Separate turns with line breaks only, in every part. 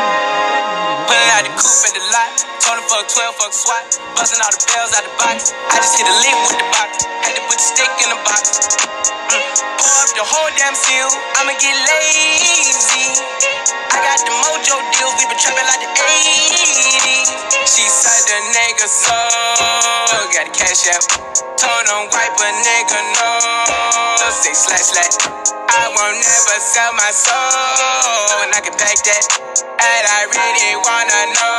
Pulling out the coupe at the lot. Told him fuck 12, fuck SWAT. Busting all the bells out the box. I just hit a lick with the box. Had to put the stick in the box. Mm. Pour up the whole damn seal. I'ma get lazy. I got the mojo deals. We been trapping like the 80s. She said the nigga so. Got the cash out. Told him wipe a nigga no. Say slash slash. I won't never sell my soul. And I can pack that. And I really wanna know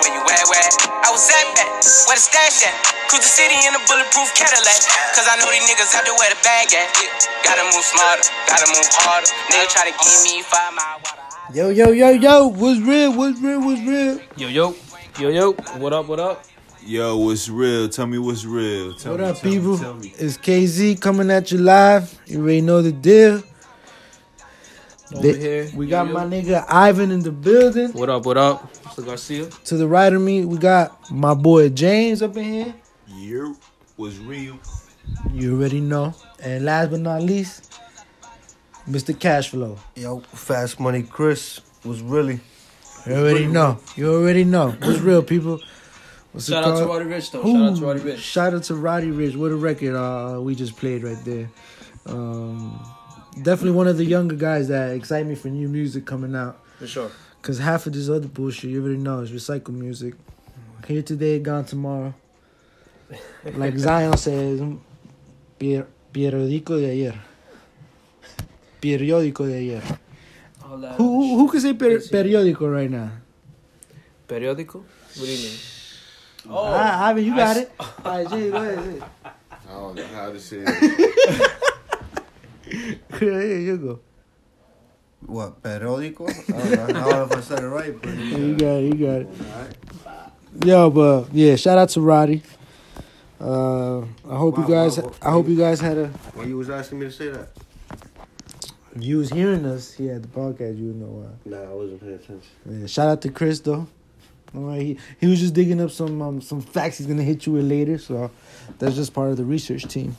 where you at, where? I was at that, where the stash at? Cruise the city in a bulletproof Cadillac. Cause I know these niggas out there where the bag at. Yeah. Gotta move smarter, gotta move harder. Nigga try to give me five mile water.
Yo, yo, yo, yo, what's real, what's real, what's real?
Yo, yo, yo, yo, what up, what up?
Yo, what's real? Tell me what's real. Tell
What
me,
up,
tell
people?
Me, tell me.
It's KZ coming at you live. You already know the deal.
Over
Th-
here.
We
Yo,
got
yo.
my nigga Ivan in the building.
What up, what up? Mr. Garcia.
To the right of me, we got my boy James up in here.
Yo, what's real?
You already know. And last but not least, Mr. Cashflow.
Yo, Fast Money Chris was really.
You already know. You already know. What's real, people? What's it
Shout out to
called?
Roddy Rich, though. Shout out to
Ooh,
Roddy Rich.
Shout out to Roddy Rich. What a record uh, we just played right there. Um, definitely one of the younger guys that excite me for new music coming out.
For sure.
Cause half of this other bullshit you already know is recycled music. Here today, gone tomorrow. Like Zion says, "Mm, "Pier- periódico de ayer. Periódico de ayer.
All that
Who who, who can say per-
Crazy.
periódico right now?
Periódico? What do you mean?
Oh, I, Ivan, you got
I
it. All right, Jay, go ahead.
I don't know how to say it.
Here you go.
What, periódico? I don't know I don't know if I said it right, but.
Yeah, You got it. You got it. Yo, but yeah, shout out to Roddy. Uh, I hope you
Wow,
guys.
wow, wow.
I hope you guys had a.
Why you was asking me to say that?
If you was hearing us here at the podcast, you would know uh, why.
Nah, I wasn't paying attention.
Yeah, shout out to Chris though. All right, he he was just digging up some um, some facts he's gonna hit you with later. So that's just part of the research team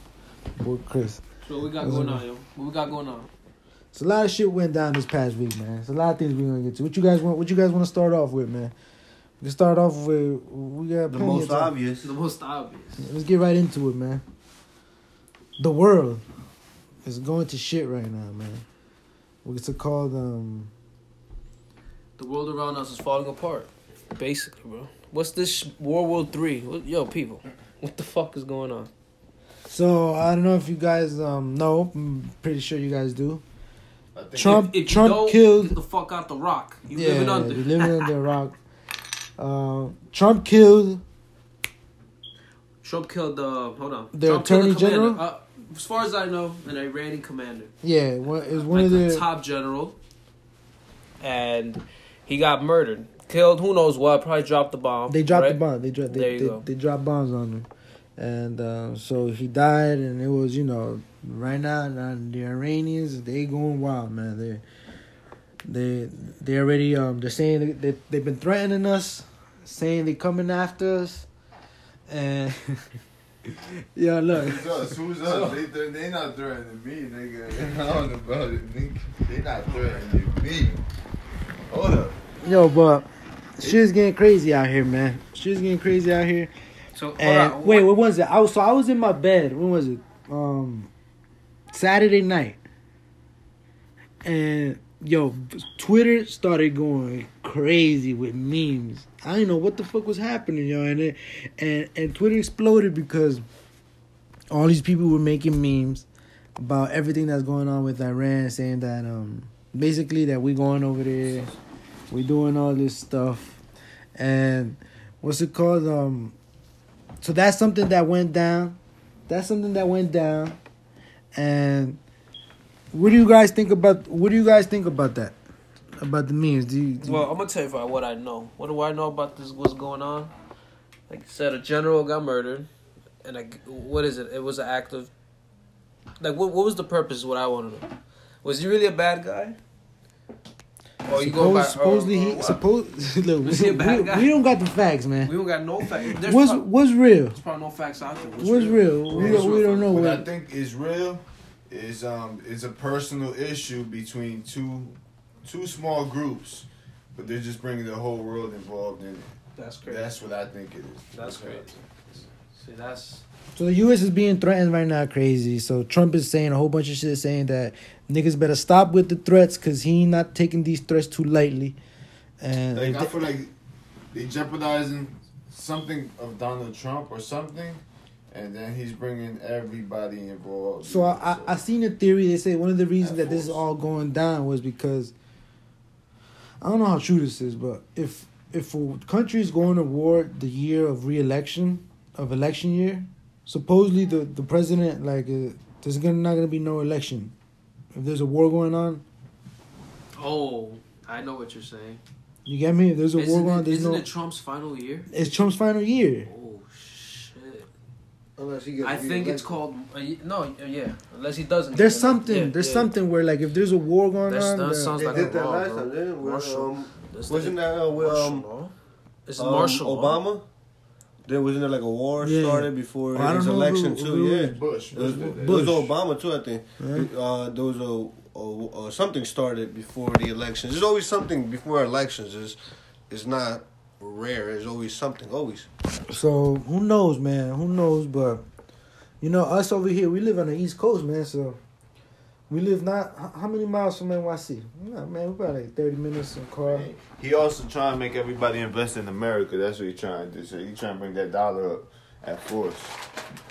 with Chris.
So what we got going on, yo? What we got going on?
So a lot of shit went down this past week, man. It's a lot of things we're gonna get to. What you guys want? What you guys want to start off with, man? We can start off with we got
The
plenty of
most
time.
obvious.
The most obvious.
Let's get right into it, man. The world is going to shit right now, man. What's it called? Um,
The world around us is falling apart. Basically, bro. What's this sh- World War Three? What- Yo, people. What the fuck is going on?
so I don't know if you guys um know. I'm pretty sure you guys do. Trump
If- if you
Trump
don't,
killed.
Get the fuck out the rock. You
yeah,
living under.
you living under a rock. Uh, Trump killed.
Trump killed the. Hold on.
The
Trump killed
Attorney
commander.
General?
Uh, as far as I know, an Iranian commander.
Yeah, one, it was one
like
of
the,
the
top general, and he got murdered, killed. Who knows what? Probably dropped the bomb.
They dropped
right?
the bomb. They dropped.
There
They,
you
they,
go.
they dropped bombs on him, and uh, so he died. And it was you know right now uh, the Iranians they going wild, man. They they they already um they're saying they, they they've been threatening us, saying they coming after us, and yeah look.
Who's us? Who's us? They, they, they not threatening me, nigga. I don't know about it, nigga. They not threatening me. Hold up.
Yo, but shit's getting crazy out here, man. Shit's getting crazy out here.
So hold
And
on.
wait, what was it? I was so I was in my bed. When was it? Um, Saturday night. And yo, Twitter started going crazy with memes. I didn't know what the fuck was happening, yo, and it, and and Twitter exploded because all these people were making memes about everything that's going on with Iran, saying that um basically that we going over there, we doing all this stuff, and what's it called um so that's something that went down. That's something that went down. And what do you guys think about what do you guys think about that? About the memes? Do you, do you-
Well, I'm gonna tell you about what I know. What do I know about this? What's going on? Like you said, a general got murdered, and I, what is it? It was an act of, like, what what was the purpose? Is what I want to know. Was he really a bad guy? Or oh, you go by- or-
suppose, supposedly
or
he
what?
suppose look,
Was
we,
he a bad
we-
guy?
we don't got the facts, man.
we don't got no facts. There's,
What's
prob-
what's real?
there's probably no facts out there.
What's real? We
What's
don't we
real?
don't know
What I
what
think is real is um is a personal issue between two two small groups, but they're just bringing the whole world involved in it.
That's crazy. That's,
That's what I think it is.
crazy. See, that's
So the U.S. is being threatened right now, crazy. So Trump is saying a whole bunch of shit, saying that niggas better stop with the threats because he not taking these threats too lightly. And
Like
if
I
they-
feel like they jeopardizing something of Donald Trump or something, and then he's bringing everybody involved.
so I, I I seen a theory. They say one of the reasons that this is
force.
all going down was because I don't know how true this is, but if if a country is going to war the year of re-election of election year, supposedly the the president like uh, there's gonna not gonna be no election. If there's a war going on,
oh, I know what you're saying.
you get me. If there's a war
Isn't,
going on,
it,
there's
isn't
no.
it Trump's final year?
It's Trump's final year.
Oh shit!
Unless he gets
I think it's
reelected.
called uh, y- no, uh, yeah. Unless he doesn't.
There's
Yeah,
something.
yeah,
there's
yeah.
something where like if there's a war going
That's-
on,
that
the-
sounds
They
like
did
a
that
law,
last
bro.
time, didn't it? With,
Martial.
um,
That's the-
wasn't that uh, with
martial
um,
law? It's
um,
martial law.
Obama? There wasn't there like a war
Yeah.
started before
I don't
his
know
election
who-
too.
who-
Yeah,
Bush.
it was,
Bush.
it was
Bush.
Obama too. I think
Right.
uh, there was a, a, a something started before the elections. There's always something before elections. Is it's not rare. There's always something. Always.
So who knows, man? Who knows? But you know, us over here, we live on the East Coast, man. So we live not h- how many miles from NYC? Nah, man, we about like thirty minutes in car.
He also trying to make everybody invest in America. That's what he trying to do. So he trying to bring that dollar up at force,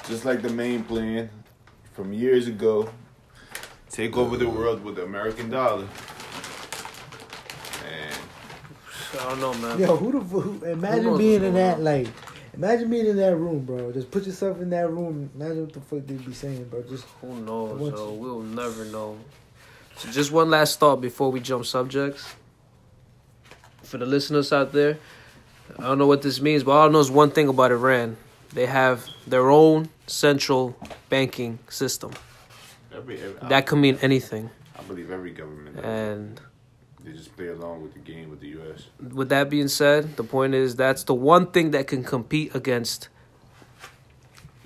just like the main plan from years ago. Take over the world with the American dollar. And
I don't know, man.
Yo, who the fu- who, imagine
knows
being
what's
in
going
that
on?
like. Imagine being in that room, bro. Just put yourself in that room. Imagine what the fuck they be saying, bro. Just
Who knows,
What's-
yo? We'll never know. So just one last thought before we jump subjects. For the listeners out there, I don't know what this means, but all I know is one thing about Iran. They have their own central banking system.
every, every
That Uh, could mean anything.
I, I believe every government does.
And
they just play along with the game with the U.S.
with that being said, the point is that's the one thing that can compete against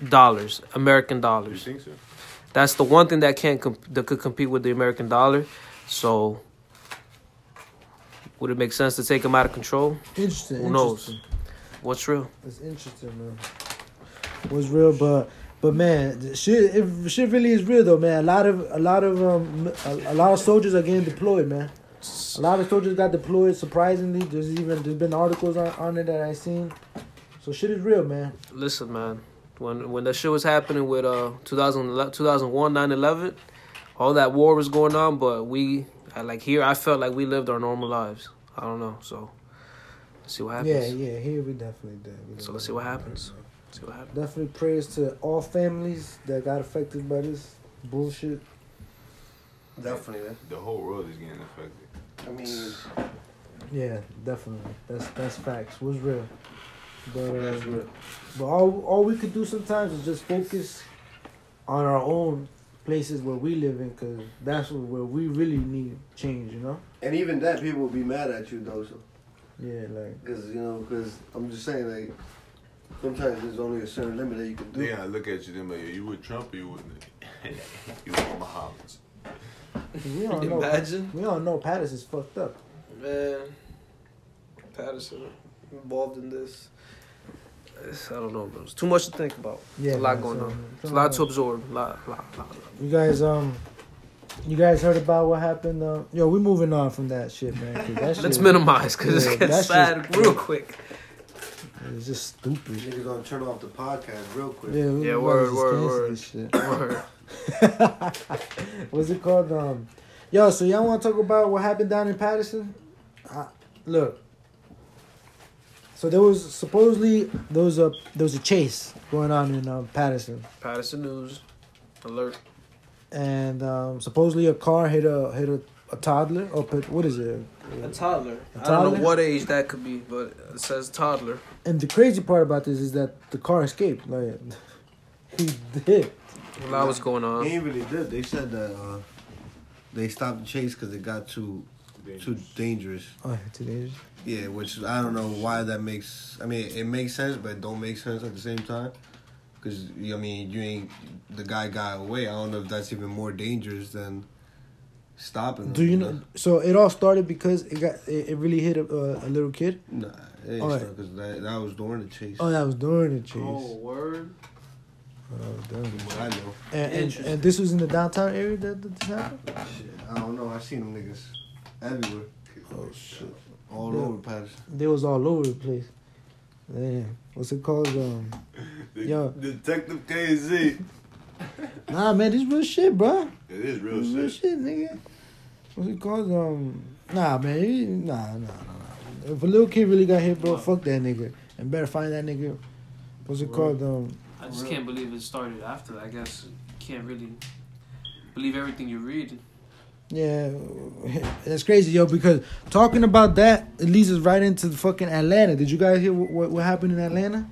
dollars, American
Do you
dollars.
think so?
That's the one thing that can't comp- that could compete with the American dollar. So, would it make sense to take them out of control?
interesting.
Who knows?
interesting.
What's real?
It's interesting, man. Was real, but but man, the shit if shit really is real though, man. A lot of a lot of um a, a lot of soldiers are getting deployed, man. A lot of soldiers got deployed. Surprisingly, there's even there's been articles on, on it that I seen. So shit is real, man.
Listen, man. When when that shit was happening with uh 2000, 2001, 9-11, all that war was going on, but we I, like here I felt like we lived our normal lives. I don't know. So, let's see what happens.
Yeah, yeah. Here we definitely did. We
So
did.
let's see what happens. Let's see what happens.
Definitely prayers to all families that got affected by this bullshit.
Definitely.
The whole world is getting affected.
I mean,
Yeah, definitely. That's that's facts. Was real. But uh,
That's real.
but all all we could do sometimes is just focus on our own places where we live in, cause that's where- where we really need change. You know.
and even that people will be mad at you though. So.
Yeah, like
Because you know, because I'm just saying, like sometimes there's only a certain limit that you can do.
They gonna look at you. They like, "Yo, you with Trump or you with you with Muhammad?
we all know. We all know Pattis is fucked up.
Man, Patterson involved in this. It's- I don't know, bro. It's too much to think about. It's a lot
man,
going
so-
on. It's
so
a lot
much.
to absorb. Lot, lot, lot.
You guys, um, you guys heard about what happened? Uh, yo, we moving on from that shit, man. 'cause that
Let's
shit
minimize because
Yeah,
it's getting
that's
sad
just-
real quick.
It's just stupid.
Niggas gonna turn off the podcast real quick.
Yeah, we
Yeah,
we
word,
just
word,
cancel
word.
this shit.
Word.
What's it called? Um, yo, so y'all want to talk about what happened down in Patterson? Uh, look, so there was supposedly there was a there was a chase going on in um, Patterson,
Patterson News alert.
and um, supposedly a car hit a hit a, a toddler. Or put, what is it?
A toddler. I
A
don't
toddler?
know what age that could be, but it says toddler.
And the crazy part about this is that the car escaped. Like he did.
A lot was going
He
on.
ain't really did. They said that uh, they stopped the chase because it got too too dangerous.
Oh, teenagers.
Yeah, which I don't know why that makes. I mean, it makes sense, but it don't make sense at the same time. Because I mean, you ain't the guy got away. I don't know if that's even more dangerous than stopping.
Do
him,
you know? So it all started because it got it, it really hit a, a, a little kid.
Nah, it ain't
All right.
because that, that was during the chase.
Oh, that was during the chase.
Oh, word.
Oh, during the-
From what I know.
And, and
Interesting.
and this was in the downtown area that that this happened.
Shit, I don't know. I seen them niggas everywhere.
Oh, shit.
All
Yeah.
over Patterson.
They was all over the place. Damn, what's it called? Um,
De-
Yo.
Detective KZ.
nah, man, this real shit, bro.
It is real
This real
shit.
shit, nigga. What's it called? Um, nah, man, he- nah, nah, nah. nah. If a little kid really got hit, bro, fuck that nigga, and better find that nigga. What's it called? Um,
I just can't believe it started after that. I guess you can't really believe everything you read.
yeah, that's crazy, yo. Because talking about that, it leads us right into the fucking Atlanta. Did you guys hear what what, what happened in Atlanta?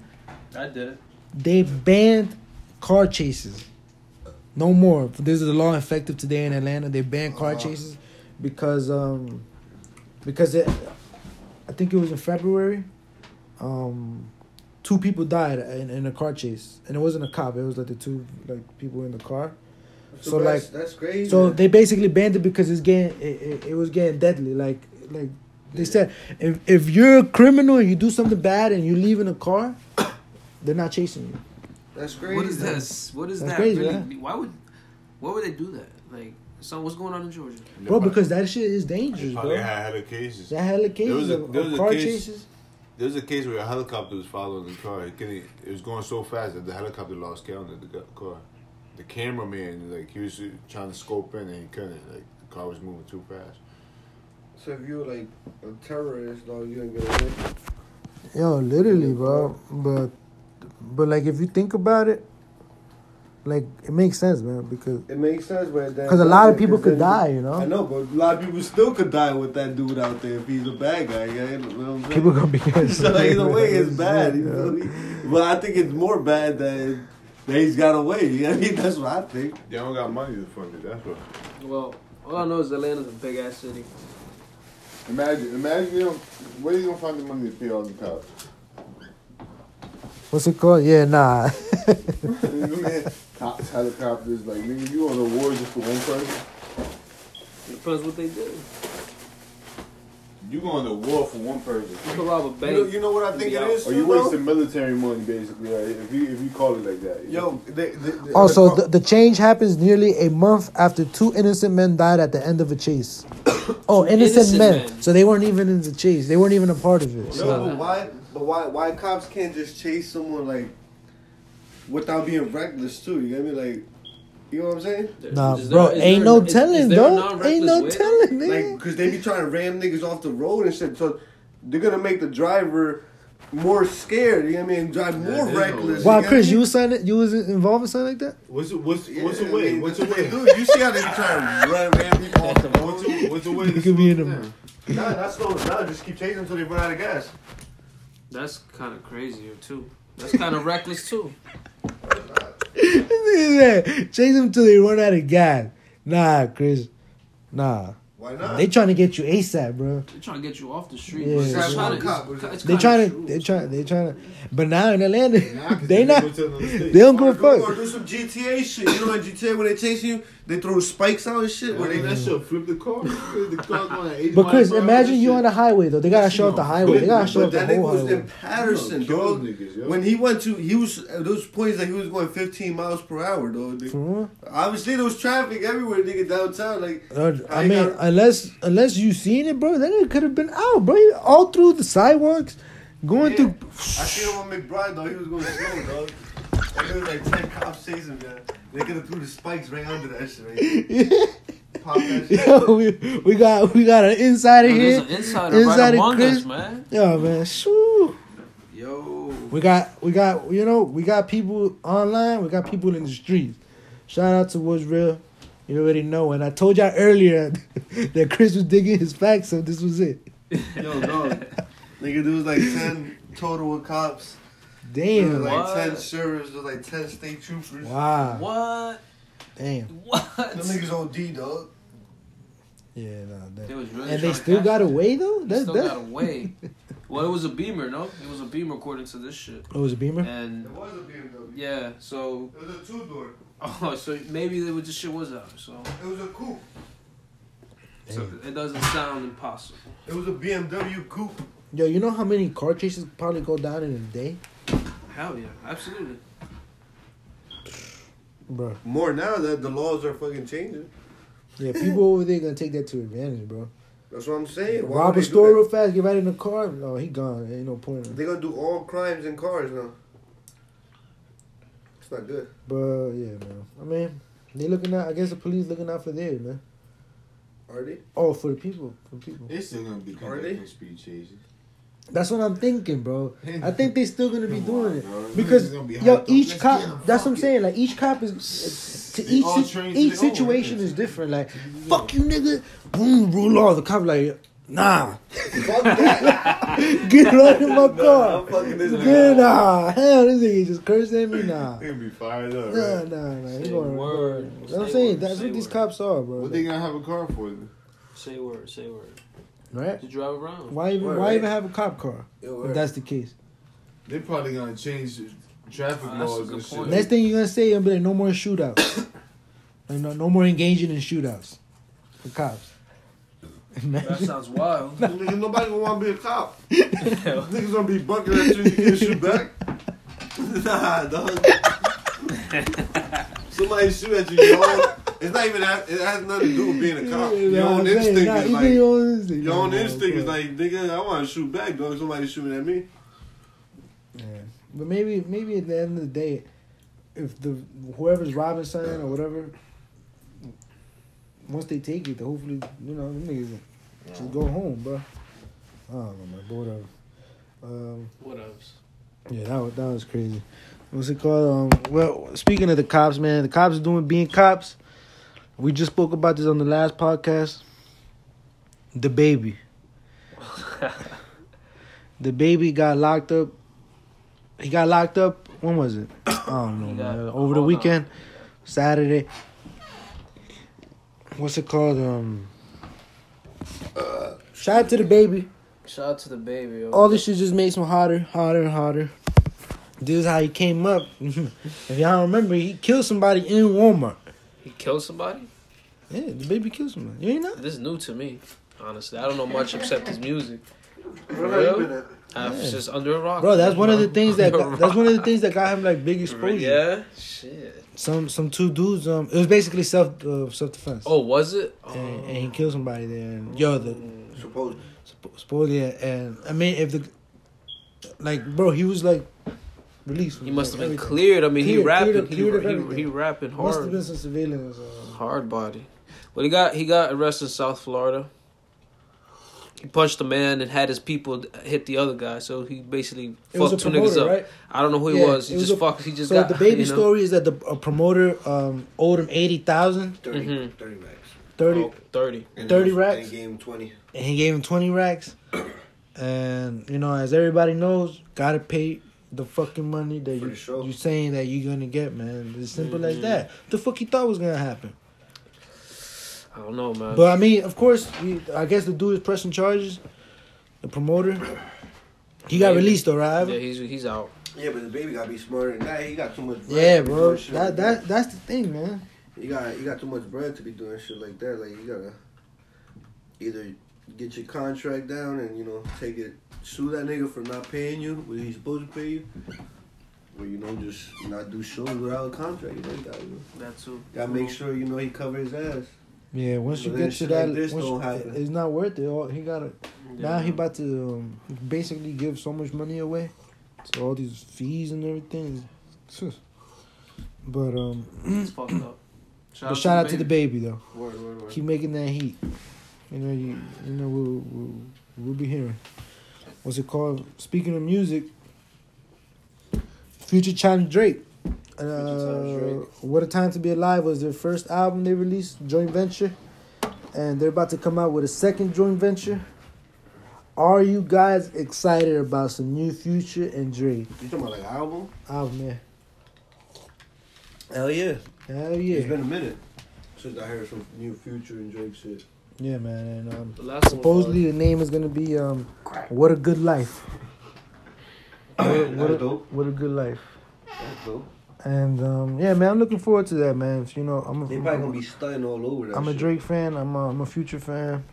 I did it.
they banned car chases. No more. This is the law effective today in Atlanta. They banned car
Uh-huh.
chases because um because it I think it was in February. Um two people died in, in a car chase. And it wasn't a cop, it was like the two like people in the car. So,
that's,
like-
that's crazy.
So they basically banned it because it's getting it, it, it was getting deadly. Like like they said if if you're a criminal and you do something bad and you leave in a car, they're not chasing you.
that's crazy.
What is this? What is
That's
that?
crazy,
really?
huh?
Why would? Why would they do that? Like, so what's going on in Georgia?
Bro, because that shit is dangerous,
Probably
bro.
had hella cases.
That hella cases
was a-
of,
there was
of
a
car
case-
chases.
There was a case where a helicopter was following the car. It, couldn't- it was going so fast that the helicopter lost count of the g- car. The cameraman, like, he was trying to scope in and he couldn't. Like, the car was moving too fast.
So if you were like a terrorist, dog, you ain't gonna win.
Yo, literally, bro. But but like if you think about it, like it makes sense, man. Because
It makes sense, but then
'Cause a lot of people could
then-
die, you know?
I know, but a lot of people still could die with that dude out there if he's a bad guy. Yeah, you know what I'm saying?
people gonna be
so either way, it's bad. You
Yeah.
feel me? But I think it's more bad that that he's got away. You know what I mean? That's what I think.
They don't got money to fund it, that's what.
Well, all I know is Atlanta's a big ass city.
Imagine, imagine, you know, where you gonna find the money to pay all the cops?
What's it called? Yeah, nah.
You know what I mean? Cops, helicopters, like, nigga, you on the war just for one person?
It depends what they do.
You going to war for one person.
You could rob a
You
bank.
know, you know what I think it is.
Or you
too, though?
wasting military money, basically, right? if you if you call it like that.
Yo, they, they, they,
also,
the,
Oh, the, the change happens nearly a month after two innocent men died at the end of a chase. Oh, innocent,
Innocent
men.
men.
So they weren't even in the chase. They weren't even a part of it.
no,
So
but why? But why? Why cops can't just chase someone like without being reckless too? You get me? Like, you know what I'm saying?
nah,
Is
bro,
there- is there-
ain't no
is- is
telling,
there a
though.
non-reckless
Ain't no
way?
telling,
Like,
nigga.
cause they be trying to ram niggas off the road and shit. So they're gonna make the driver more scared. You know what I mean? Drive more
there's no
reckless.
way.
Why,
get
Chris?
me?
You was signing, You was involved in something like that?
What's what's
Yeah,
what's
I
the way?
mean,
What's the way?
Dude, you see how they be trying to run ram people off the
What's
road?
the what's the way?
You could be in a-
Nah, that's slow down. Just keep chasing until they run out of gas.
That's kind of crazier too. That's kind of reckless too.
This nigga said, Chase them till they run out of gas. Nah, Chris. Nah.
Why not?
They trying to get you ASAP, bro.
They're trying to get you off the street.
Yeah.
bro. It's
Strap
kinda-
on
it's-
cop, what
it's
is that?
kinda
They trying to.
true.
They trying. They trying to. But now in Atlanta, they
they
not.
go to another
They
state.
don't give a
Or
fuck.
do some GTA shit. You know in GTA when they chasing you, they throw spikes out and shit. Where
Well,
they
they that shit flip the car. the car's going at 80
But
miles
Chris,
per hour
imagine
and
you
shit.
on the highway though. They gotta show up the highway. They gotta show
But
up the
that nigga
whole
was
highway.
in Patterson,
You know,
dog.
kills niggas, yo.
When he went to, he was uh, those points that he was going 15 miles per hour, dog. nigga.
For real?
Obviously, there was traffic everywhere, nigga, downtown. Like,
Uh,
how
I
you
mean,
gotta-
unless unless you seen it, bro, then it could have been out, bro. You- All through the sidewalks, going
Yeah.
through.
I seen him on McBride, dog. He was going slow, dog. And there was like 10 cops chasing him, man. They could have threw the spikes right under that shit, right? Pop that shit.
Yo, we, we got we got an insider
Yo,
here.
There's an insider, right
Insider
among
Chris.
us, man.
Yo, man, shoo.
Yo,
We got we got you know we got people online. We got people in the streets. Shout out to What's Real. You already know. And I told y'all earlier that Chris was digging his facts, so this was it.
Yo, dog. Nigga, there was like 10 total of cops. There was
Damn.
like
What?
10 sheriffs. There was like 10 state troopers.
Wow.
what?
Damn.
What?
Them niggas on D, dog.
Yeah. Nah, that-
They was really trying
and they
to
still
catch
got
them.
away though.
They
That's
still
that's
got away. Well, it was a Beamer, no? It was a Beamer according to this shit.
Oh, was it Beamer?
And
It was a BMW.
yeah, so
It was a two door.
oh, so maybe they would, this shit was out. So,
It was a coupe.
so it doesn't sound impossible.
It was a BMW coupe.
Yo, you know how many car chases probably go down in a day,
Hell yeah, absolutely.
bro?
More now that the laws are fucking changing.
Yeah, people over there gonna take that to advantage, bro.
That's what I'm saying. Why
Rob
would
a
they do
store
that?
real fast, get right in the car. Oh, he gone. Ain't no point.
They're gonna do all crimes in cars now. It's not good.
But yeah, man. I mean, they looking out. I guess the police looking out for theirs, man.
Are they?
Oh, for the people, for the people.
They still gonna be
Are they?
conducting speed chases.
That's what I'm thinking, bro. I think they still gonna be
Come
doing
on,
it
bro.
because
It's gonna be hyped
yo,
up.
each
Let's get 'em.
cop. That's what I'm
Fuck it.
saying. Like each cop is to
They
each
all
sit-
trained to
each
their own
situation
weapons.
is different. Like fuck you, nigga. Boom, rule off. The cop like nah,
Fuck that.
get right in my car.
I'm fucking this
Yeah,
nigga.
nah, hell, this nigga just cursed at me. Nah,
They gonna be fired up.
nah,
Right?
nah, nah. He
Say
going.
word.
That's what I'm
Say
saying.
word.
That's
Say
what these
word.
cops are, bro.
What they gonna have a car for?
Say word, say word.
Right?
To drive around.
Why even
Word,
why
right?
even have a cop car if that's the case?
They probably gonna change traffic
Oh, that's a
laws
good
and
point.
shit.
Next thing you're gonna say, you're gonna be like, no more shootouts. Like, no, no more engaging in shootouts for cops.
That
Imagine.
sounds wild.
Nigga, nobody gonna wanna be a cop. Niggas gonna be bucking at you, you can't shoot back. nah, dog. Somebody shoot at you, you know? It's not even that, it has nothing to do with being a cop. Your own instinct is like,
your own instinct,
your own
Nah,
instinct is
bro.
like, nigga, I wanna shoot back, dog. Somebody shooting at me.
Yeah. But maybe maybe at the end of the day, if the whoever's robbing something or whatever, once they take it, hopefully you know them niggas just go home, bro. I don't know, man. But whatever. Um,
What else?
Yeah, that was, that was crazy. What's it called? Um, well, speaking of the cops, man, the cops doing being cops. We just spoke about this on the last podcast. The baby. the baby got locked up. He got locked up. When was it? I don't know.
He got-
man. Over the
hold on.
weekend, Saturday. What's it called? Um. uh, Shout out to the baby
Shout out to the baby. Yo.
all this shit just makes him hotter, hotter, and hotter. This is how he came up. if y'all don't remember, he killed somebody in Walmart.
He killed somebody.
Yeah, the baby killed somebody. You ain't know?
This is new to me, honestly. I don't know much except his music. I'm
Yeah.
just under a rock,
Bro, that's one of the
I'm
things that
under a
got, that's
rock.
one of the things that got him like big exposure.
Yeah, shit.
Some some two dudes um it was basically self uh, self defense.
Oh, was it? Oh.
And, and he killed somebody there. And, yo, the
Supposedly.
Sp- Supposedly, and I mean, if the like, bro, he was like released.
He must have been
everything.
cleared. I mean, he
Cleared-
rapping.
cleared of- cleared of
he, he,
everything.
he rapping
Must have been
hard,
some surveillance. Uh,
hard body. But he got he got arrested in South Florida. He punched a man and had his people hit the other guy. So he basically
it was a
fucked two niggas
promoter,
up.
right?
I don't know who he
Yeah,
was. He
it was
just
a-
fucked. He just
so
got
the baby
you know?
story is that the a promoter um, owed him 80000
30,
Mhm.
30 max.
30
Oh, 30.
And
30
then-
racks?
And he gave him 20.
and he gave him 20 racks and you know as everybody knows gotta pay the fucking money that
For
you,
the show.
you're saying that you're gonna get man it's simple as that the fuck you thought was gonna happen
I don't know, man.
but i mean of course we, i guess the dude is pressing charges the promoter he got
Maybe.
released though right
yeah,
Ivan?
he's he's out.
Yeah, but the baby gotta be smarter than that. He got too much bread.
yeah
to be
bro
doing shit
that,
like
that that's the thing man
You got you got too much bread to be doing shit like that. Like you gotta either get your contract down and you know take it sue that nigga for not paying you what he's supposed to pay you, or you know just not do shows without a contract. You know you gotta, you know,
That too.
gotta make sure you know he covers his ass.
yeah once
But
you
then
get to
shit
that
like this
once
don't
you-
happen.
it's not worth it Oh, he gotta Now he about to um, basically give so much money away to all these fees and everything. But um,
It's fucked up.
but shout out to the baby though.
Word, word, word.
Keep making that heat. You know, you you know we'll we'll, we'll be hearing. What's it called? Speaking of music, Future Challenge Drake. And, uh,
Drake.
What a Time to Be Alive was their first album they released, joint venture, and they're about to come out with a second joint venture. Are you guys excited about some new Future and Drake Oh,
You talking about like album?
album? Yeah.
Hell yeah!
Hell
It's
yeah.
been a minute since I heard some new Future and Drake shit.
Yeah, man. And um,
The last
supposedly the name is gonna be um, "What a Good Life." What a, what a- what a good life.
That's dope.
And um, yeah, man, I'm looking forward to that, man. You know, I'm a,
They probably gonna be stunting all over that.
I'm a
shit.
Drake fan. I'm a, I'm a Future fan.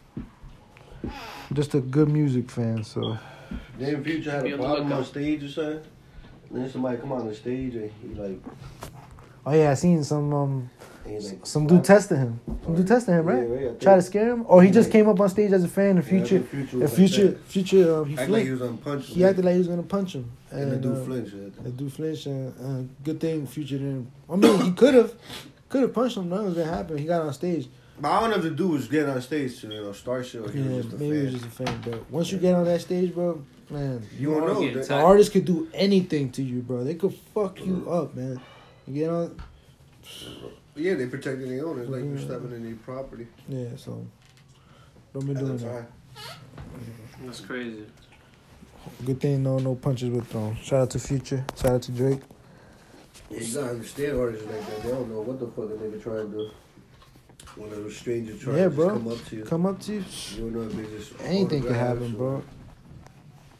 Just a good music fan. So
Then Future had
Be
a
on the
problem on
lookout.
stage or something. Then somebody come on the stage and he like,
oh yeah, I seen some um
and he like
some dude tested him. Some dude tested him,
Yeah,
right?
right, I think.
Try to scare him, or he just
Yeah.
came up on stage as a fan. The
Yeah, I
future,
think Future
the
was like
future,
that.
future, um, he
Act like he
flinched.
was on punch.
He acted like he was gonna punch him,
and the
and
dude
uh,
flinched. yeah.
the dude flinched. And uh, good thing future didn't. I mean, he could have, could have punched him. None of that happened. He got on stage.
But I don't know if the dude was getting on stage to you know start shit. Or he
Yeah,
was just a
maybe it was
fan.
just a fan, but once you get on that stage, bro, man,
You
wanna get
don't know.
the
attacked.
That,
artist could do anything to you, bro. They could fuck you up, man. You get on,
yeah, they protecting their owners like
Mhm.
you're stepping in their property
yeah. So don't be
at
doing
the
that.
time.
That's crazy.
Good thing no no punches were thrown. Shout out to Future. Shout out to Drake.
Yeah, you gotta understand artists like that. They don't know what the fuck a nigga trying to do. When a stranger trying
Yeah,
to just
bro.
come up to you,
Come up to you,
you don't know if they just
anything could
autographs
happen,
or-
bro.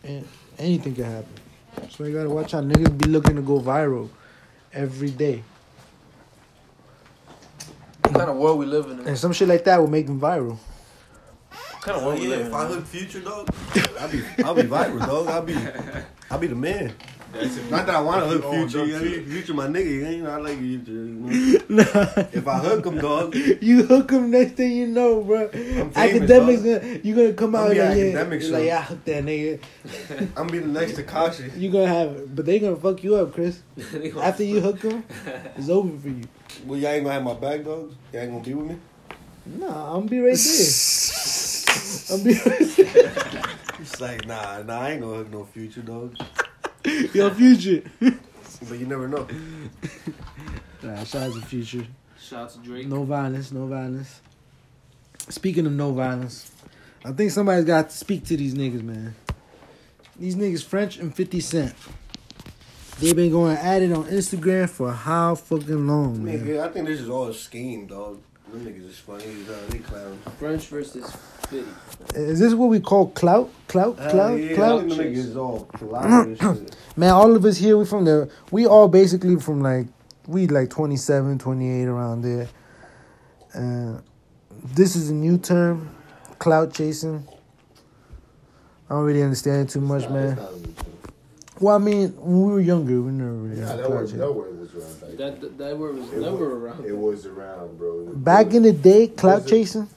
An- Anything could happen. So you gotta watch out. Niggas be looking to go viral every day,
What kind of world we live in?
and
What
some shit like that will make them viral.
kind of
Oh,
world we
yeah,
live in?
if I
man?
hook Future, dog, I'll be, I'll be viral, dog. I'll be, I'll be the man.
That's if
Not that I want to
if
hook
you don't
Future. You know,
jump to it.
Future, my nigga. You know, I like Future. You know? if I hook him, dog,
You hook him next thing you know, bro.
famous,
Academics, gonna, you gonna come
I'm
out like,
be
yeah,
academic,
you're
so-
like, yeah, I hooked that nigga.
I'm be the next Takashi.
You gonna have, but they gonna fuck you up, Chris. After you hook him, it's over for you.
Well, y'all ain't gonna have my back, dog. Y'all ain't gonna be with me.
Nah, I'm be right there. I'm be right there.
It's like, nah, nah, I ain't gonna hook no Future, dog.
Your future.
But you never know.
Nah, shout out to future.
Shout out to Drake.
No violence, no violence. Speaking of no violence, I think somebody's got to speak to these niggas, man. These niggas, French and 50 Cent. They've been going at it on Instagram for how fucking long, man?
Nigga, I think this is all a scheme, dog. Them niggas is funny. as hell. They clowns.
French versus Fitty.
Is this what we call clout? Clout? Clout?
Hell yeah,
Clout?
Them niggas is all clown.
Man, all of us here, we from the, we all basically from like, we like 27, 28 around there. Uh, this is a new term, clout chasing. I don't really understand it too much, man. Well, I mean, when we were younger, we never really
Nah,
had
that
clout
was
chasing.
that word was around. Like,
That that- that word was
it was-
never around.
It was around, bro.
Back in the day, clout
Was it-
chasing,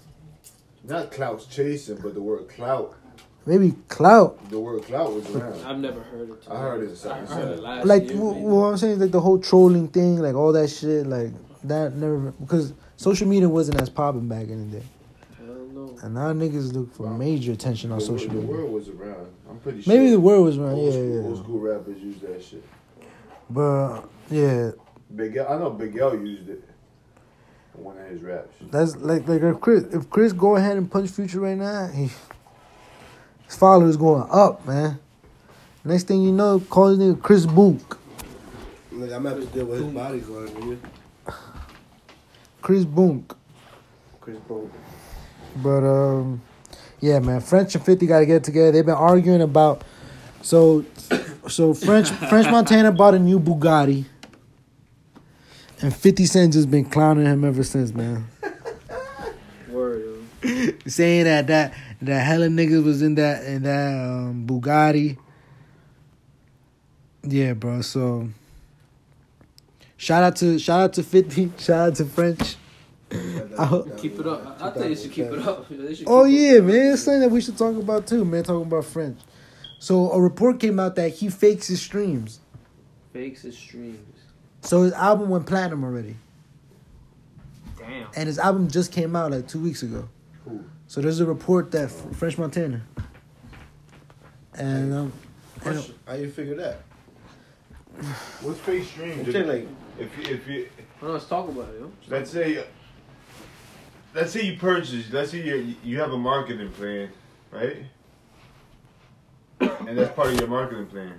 not clout chasing, but the word clout.
maybe clout.
The word clout was around.
I've never heard it.
I heard it.
I heard it last
Like,
year.
wh-
maybe.
what I'm saying is like the whole trolling thing, like all that shit, like that never, because social media wasn't as popping back in the day.
Hell no.
And now niggas look for major attention on
The word,
social
the
media.
word was around. I'm pretty sure.
Maybe the word was wrong,
Old
yeah,
school, old
yeah.
school rappers use that shit.
But yeah,
Big L, I know Big L used it. in One of his raps.
that's like like if Chris if Chris go ahead and punch Future right now, he his followers going up, man. Next thing you know, call this nigga Chris Book.
Look, I'm gonna have to deal with his bodyguard, nigga.
Chris Book.
Chris Brown.
But um, yeah, man, French and Fifty got to get together. They've been arguing about so so French French Montana bought a new Bugatti, and Fifty Cent just been clowning him ever since, man.
Word. yo.
Saying that that that hella niggas was in that in that um, Bugatti. Yeah, bro. So shout out to shout out to Fifty. Shout out to French. I hope-
Keep it up. I, I think they should keep it up. They should
Oh
keep
yeah,
it up.
man, it's something that we should talk about too, man. Talking about French. So a report came out that he fakes his streams,
Fakes his streams.
so his album went platinum already,
Damn.
and his album just came out like two weeks ago.
Who?
So there's a report that F- French Montana, and um, and,
Question. How you figure that?
What's face stream?
I'm saying, like,
If you, if you
Well, let's talk about it, yo.
let's say let's say you purchase, let's say you you have a marketing plan, right? And that's part of your marketing plan.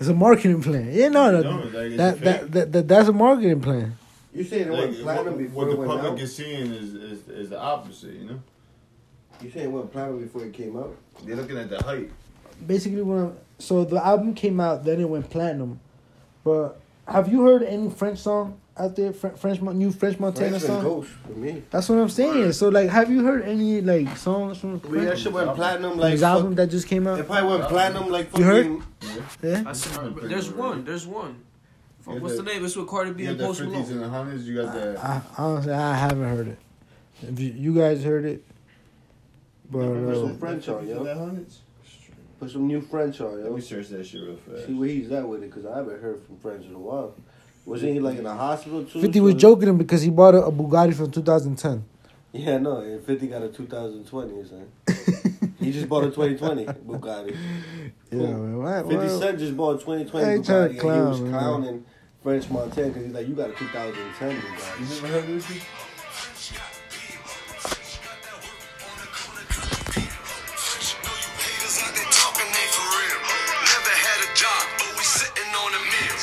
it's a marketing plan. Yeah, no, no,
No, like, it's a
that,
fake.
that, that, that that's a marketing plan.
You saying it
Like,
went platinum
what, what
before
the
it went
public
out?
is seeing is, is is the opposite, you know.
You saying it went platinum before it came out?
They're looking at the hype.
basically when I'm, so the album came out then it went platinum but have you heard any french song out there Fr- french Mon- new french montana
Frank's been
song
ghost for me.
that's what i'm saying so like have you heard any like songs from
We that
french,
shit went platinum
like,
like
his album
fuck,
that just came
It
out
probably went platinum like fucking.
You heard?
I
yeah
said, there's one. There's one. Fuck,
Yeah,
what's the
the-
name? It's with Cardi B
You got
and
the
Post
fifties and
Malone.
the hundreds. You got the
I, honestly i haven't heard it if you, you guys heard it but
Put
uh,
some French on, yo.
the hundreds.
Put some new French on,
Let
yo.
me search that shit real fast.
See where he's at with it, cause I haven't heard from French in a while. Wasn't he like in the hospital too?
50 was
So-
joking him because he bought a, a bugatti from 2010
Yeah, no. and Fifty got a 2020 or something. he just bought a 2020 Bugatti.
yeah man, why-
50
why-
Cent just bought a 2020
I ain't
Bugatti.
tryna
and
clown,
he was
man.
clowning French Montana because he's like, you got a 2010
You
Bugatti.
never heard of this? shit?
Haters out there talking ain't for real. Never had a job, always sitting on a meal.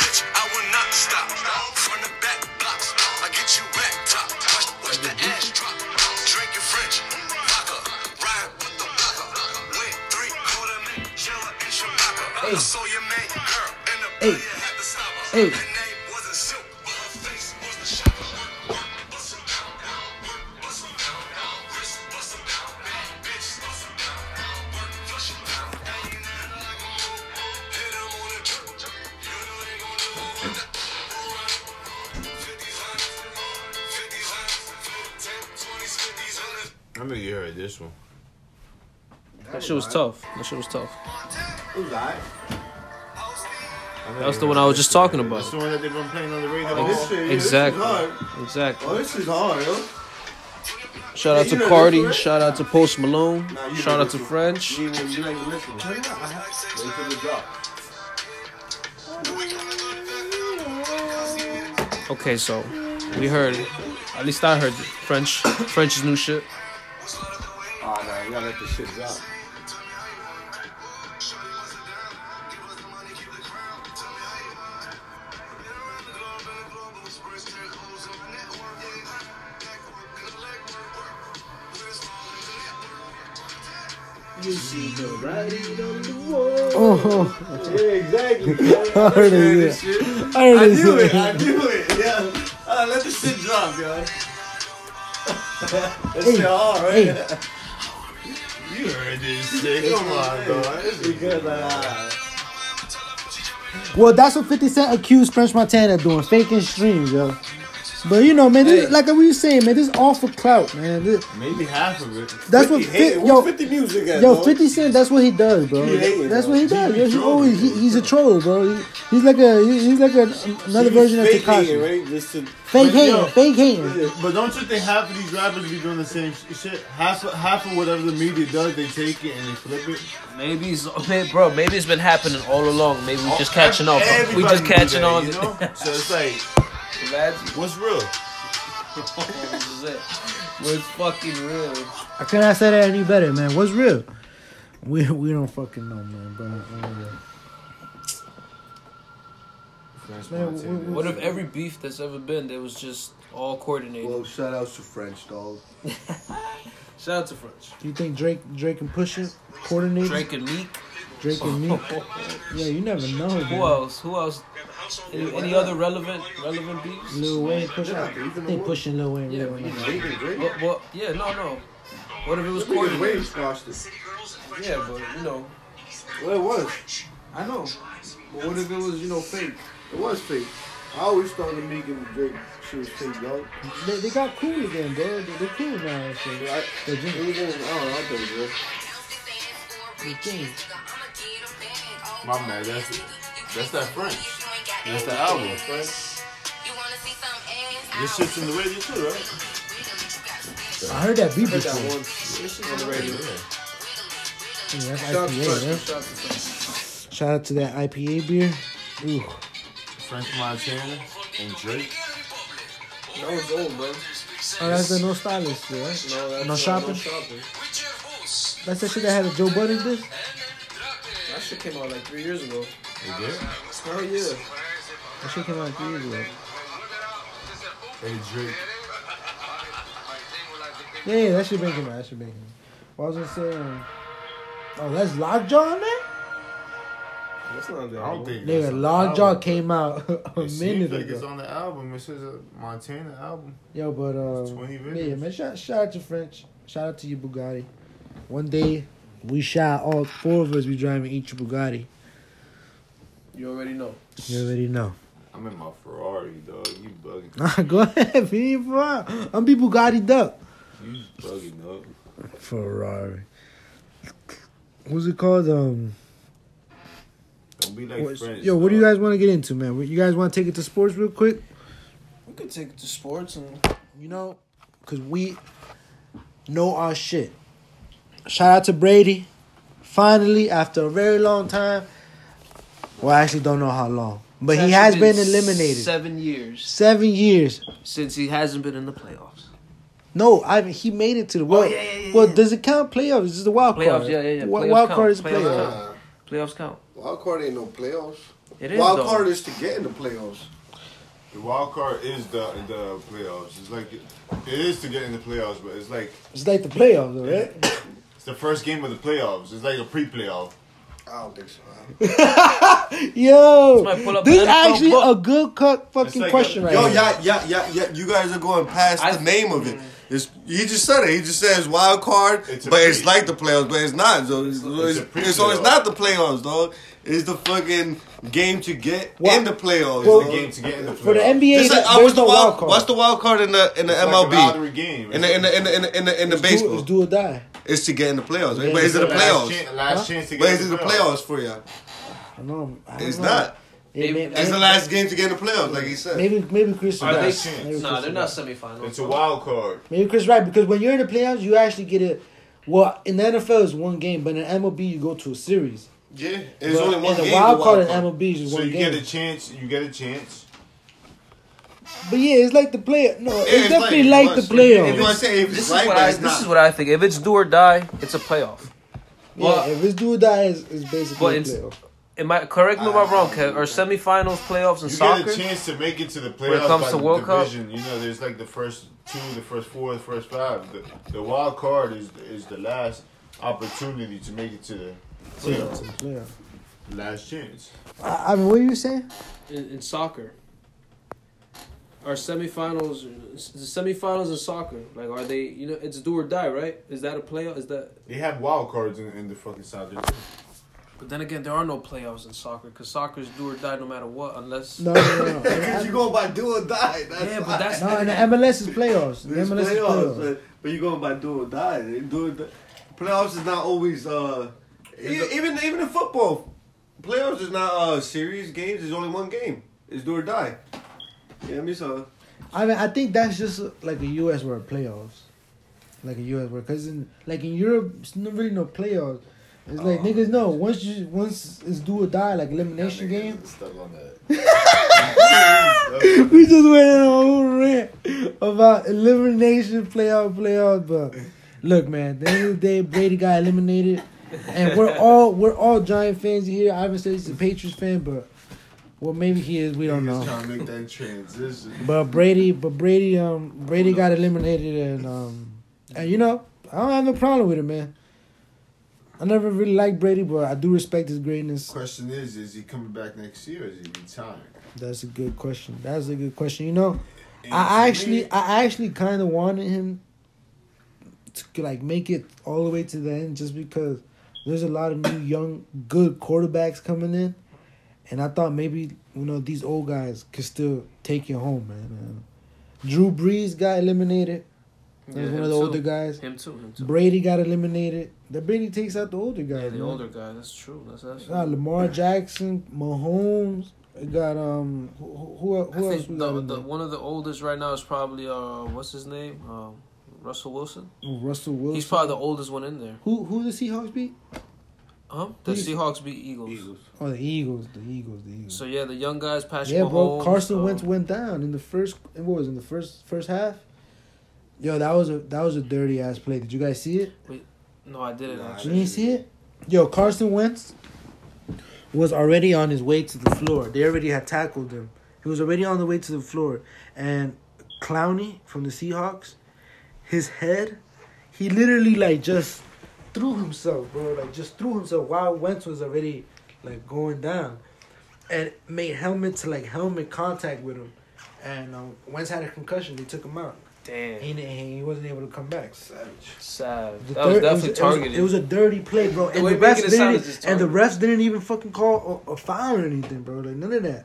Bitch, I will not stop. From the back blocks, I get you back top. Watch, watch the ass drop. Drinking French, vodka. Ride with the vodka. Went three quarter man, chiller in Chewbacca. I saw your man, girl, in the
Hey.
play, had to stop her.
Hey.
Her name wasn't Silk, but her face was the shocker. Work, work, bust 'em down, down, work, bust 'em down, down, wrist, bust 'em down, bad bitch, bust 'em down, down, work, flush 'em down, down. You know they like 'em move, move. Hit 'em on the jerk, jerk. You know they gon' do it with that. Run, run. 50s, 100s, 50s, 100s, 10, 20s, 50s, 100s.
I know you heard this one.
That shit was tough. That shit was tough.
It was alright.
I know
That's
you
the
heard
one I was
this
just
one.
talking about.
That's the one that they've been playing on the radio.
Oh, this shit, yeah,
Exactly.
This is hard.
Exactly.
Oh, this is hard, yo.
Shout out
You
to
know this,
Cardi.
right?
Shout out to Post Malone.
Nah, you
Shout
know
out to
this.
French.
You, ain't- you ain't listening. Turn it up. I have- Wait for the drop.
Okay, so we heard. At least I heard French. French's new shit.
Oh, no, you gotta let this shit drop.
oh
Yeah, exactly.
I heard it, yeah. I heard
I
it,
knew it.
yeah.
I knew it. Yeah. Uh, let the shit drop, yo. That's
Hey,
shit hard, right?
hey.
You heard this shit. Come on, dog.
This is good. Like, ah.
Well, that's what 50 Cent accused French Montana of doing, faking streams, yo. But you know, man, this, like we were saying, man, this is all for clout, man. This,
Maybe half of it.
that's
50
what
hate
fi-
it.
yo,
Where 50 music at,
yo,
dog?
50 Cent. That's what he does, bro.
He hating,
That's
bro.
what he does. Yo, he
trolling,
always
bro.
he, he's a troll, bro. He, he's like a he, he's like a, another
He's
version of
fake hating,
Takashi.
right? Just to,
Fake
But yo-
hating, fake hating.
But don't you think half of these rappers be doing the same sh- shit? Half of, half of whatever the media does, they take it and they flip it.
Maybe, it's, may- bro. Maybe it's been happening all along. Maybe we just catching up. We
Everybody
just
do
catching
that,
on.
You know? so it's like, what's real?
We're fucking real.
I could not say that any better, man. What's real? We we don't fucking know, man. But uh, Man, what-
What if every beef that's ever been, there was just all coordinated?
well, shout outs to French, dog.
Shout out to French.
you think Drake Drake and Pusha coordinated Drake,
Drake and Meek.
and me? Yeah, you never know,
Who
man.
else? Who else? Any, any other relevant relevant beefs?
Lil Wayne push out. They pushing Lil Wayne.
Yeah,
Lil
but
Wayne.
you know.
Drake and Drake?
What, what? Yeah, no, no. What if it was
Drake and
coordinated?
Drake squashed it.
Yeah, but you know,
Well, it was.
I know. But what if it was you know fake?
It was fake. I always thought the Meek and Drake shit was fake, dog.
They, they got cool again, bro. They, they're cool now. and shit.
I,
They're just-
anything, I don't
Oh,
know, I think it was.
My
Oh,
man, that's it. That's that French. That's the album. This shit's from the radio too, right?
I heard that beat
I heard that
before.
one. This is on the radio.
Yeah, that's
Shout
IPA, yeah. Shout
out to French. Shout out to French.
out to that IPA beer. Ooh,
French Montana and Drake.
That was old, bro.
oh, that's the No Stylist, beer, right?
No, that's,
No
uh,
shopping?
No shopping.
That's the shit that had a Joe Budden disc.
That shit came out like three years ago.
They did?
Hell yeah.
That shit came out three years ago.
Hey Drake.
Yeah, yeah, that should make him. That should make him. What was I saying? Oh, that's Lockjaw in there?
That's not that.
I don't think it's
Nigga,
on the
Lockjaw
album.
came out a
It
minute
seems like it's
ago.
on the album. It says a Montana album.
Yo, but
It's
um,
20
yeah,
videos.
man. Shout, shout out to French. Shout out to you, Bugatti. One day, we shot all four of us. We driving each Bugatti.
You already know.
You already know.
I'm in my Ferrari, dog. You bugging.
Nah, go ahead, be fine. I'm be Bugatti duck.
You bugging up.
Ferrari. What's it called? Um,
Don't be like
what-
French.
yo, what do you
dog.
guys want to get into, man? What- You guys want to take it to sports real quick?
We could take it to sports and
You know, because we know our shit. Shout out to Brady. Finally, after a very long time, well, I actually don't know how long, but he
It's
has
actually
been eliminated.
Seven years
Seven years.
since he hasn't been in the playoffs.
No, I mean, he made it to the well.
Oh, yeah, yeah, yeah,
well,
yeah.
does it count playoffs? This is the wild
Playoffs,
card.
yeah, yeah, yeah.
Wi-
Playoffs
wild
count.
card is
Playoffs
playoffs.
count. Playoffs count.
Wild card ain't no playoffs.
It is
wild
though.
card is to get in the playoffs.
The wild card is the the playoffs. It's like it is to get in the playoffs, but it's like
It's like the playoffs, all right?
it's the first game of the playoffs. It's like a pre-playoff.
I don't think so.
Yo,
Somebody pull up
this
an
is
NFL
actually
book.
a good cu- fucking
like a-
question right
Yo,
here.
yeah, yeah, yeah, yeah. You guys are going past
I-
the name of it.
Mm.
It's, he just said it. He just says wild card,
It's a
but it's
pre-
like the playoffs, but it's not. So it's, it's,
a pre-
so it's
playoff.
not the playoffs, dog. It's the fucking game to get
Well,
in the playoffs.
well,
The
dog.
game to get in the playoffs.
For the NBA,
Just like,
th-
uh,
there's
what's the
no
wild,
wild card.
What's the wild card in the in the
It's like a
MLB?
lottery game.
In the in the in the in the, in the, in the
It's do,
baseball,
it's do or die.
it's to get in the playoffs. right?
Yeah,
But is it the
it's the
Last,
playoffs?
chan- last chance to
But
get
is
in
it
the
the
playoffs.
playoffs for you?
I know. I don't
It's
know.
not.
It may-
It's the last game to get in the playoffs, like he said.
Maybe maybe Chris is
Are
right.
they
Maybe
chance?
Chris
Nah, they're
is
not
right.
semifinals.
It's a wild card.
Maybe Chris is right because when you're in the playoffs, you actually get a. Well, in the NFL is one game, but in MLB you go to a series.
Yeah, it's
But
only one
in the
game.
wild,
the
card in MLB is just
So
one
you
game.
get a chance. You get a chance.
but yeah, it's like the play. No, it's
it's
definitely
like-
like,
it
the
was- If you
playoffs.
want to say if
This
it's
is
right,
what
but
I.
it's
This is
not.
what I think. If it's do or die, it's a playoff.
Yeah, if it's do or die, it's, it's
But
basically a
it's-
playoff.
Am I correct me if I'm wrong, Kev? Are semifinals playoffs in
Ah. You
soccer?
get a chance to make it to the playoffs
it comes
by
to
the
World Cup?
division. You know, there's like the first two, the first four, the first five. The, the wild card is is the last opportunity to make it to the
It's a
playoffs.
playoff.
Last chance.
I, I mean, what are you saying?
in, in soccer? Are semifinals the semifinals in soccer? Like, are they? You know, it's do or die, right? Is that a playoff? Is that?
They have wild cards in, in the fucking soccer.
But then again, there are no playoffs in soccer because soccer is do or die no matter what, unless.
No, no, no.
Because you
no.
going by do or die. That's
Yeah,
why.
but that's
No, in the MLS is playoffs. In the
It's
MLS is
playoffs,
playoffs.
but, but you're going by do or die. They Do or die. Playoffs is not always. uh e- Even even in football, playoffs is not uh series games. It's only one game. It's do or die. You know what I mean? So
I mean, I think that's just uh, like a U.S. word playoffs, like a U.S. word. Cause in like in Europe, it's not really no playoffs. It's like niggas know once you once it's do or die, like elimination game.
Stuck on that.
We just went on a whole rant about elimination playoff playoff. But look, man, at the end of the day, Brady got eliminated, and we're all we're all Giant fans here. I haven't said he's a Patriots fan, but well, maybe he is. We don't know.
Just trying to make that transition.
But Brady, but Brady, um, Brady got eliminated, and um, and you know, I don't have no problem with it, man. I never really liked Brady, but I do respect his greatness.
Question is, is he coming back next year? Or is he retiring?
That's a good question. That's a good question. You know,
And to
I
me-
actually, I actually kind of wanted him to like make it all the way to the end, just because there's a lot of new young good quarterbacks coming in, and I thought maybe you know these old guys could still take it home, man. Uh, Drew Brees got eliminated. There's
Yeah, him
one of the
too.
older guys.
Him too. Him too.
Brady got eliminated. The Brady takes out the older guys.
yeah, the
man.
older guy. That's true. That's actually.
Uh, Lamar Jackson, Mahomes. We Got um who who, who
I
else? We
think the,
got in
the,
there?
one of the oldest right now is probably uh what's his name um Russell Wilson.
Russell Wilson.
He's probably the oldest one in there.
Who who the Seahawks beat?
Huh? The
Who's-
Seahawks beat Eagles.
Oh, the Eagles, the Eagles, the Eagles.
So yeah, the young guys, Patrick
yeah, bro.
Mahomes,
Carson
um,
Wentz went down in the first. What was it, in the first first half? Yo, that was a that was a dirty ass play. Did you guys see it?
No, I didn't
Nah,
You
actually.
didn't see it? Yo, Carson Wentz was already on his way to the floor. They already had tackled him. He was already on the way to the floor, and Clowney from the Seahawks, his head, he literally like just threw himself, bro. Like just threw himself while Wentz was already like going down, and made helmet to like helmet contact with him, and um, Wentz had a concussion. They took him out. He
Damn.
didn't- he wasn't able to come back.
Savage.
Sad.
The
That was
third- it
definitely
it
targeted.
It was, a dirty play, bro. And
way
the,
making
refs
it sound
didn't, e,
is just
and the
targeted.
refs didn't even fucking call a, a foul or anything, bro. Like none of that.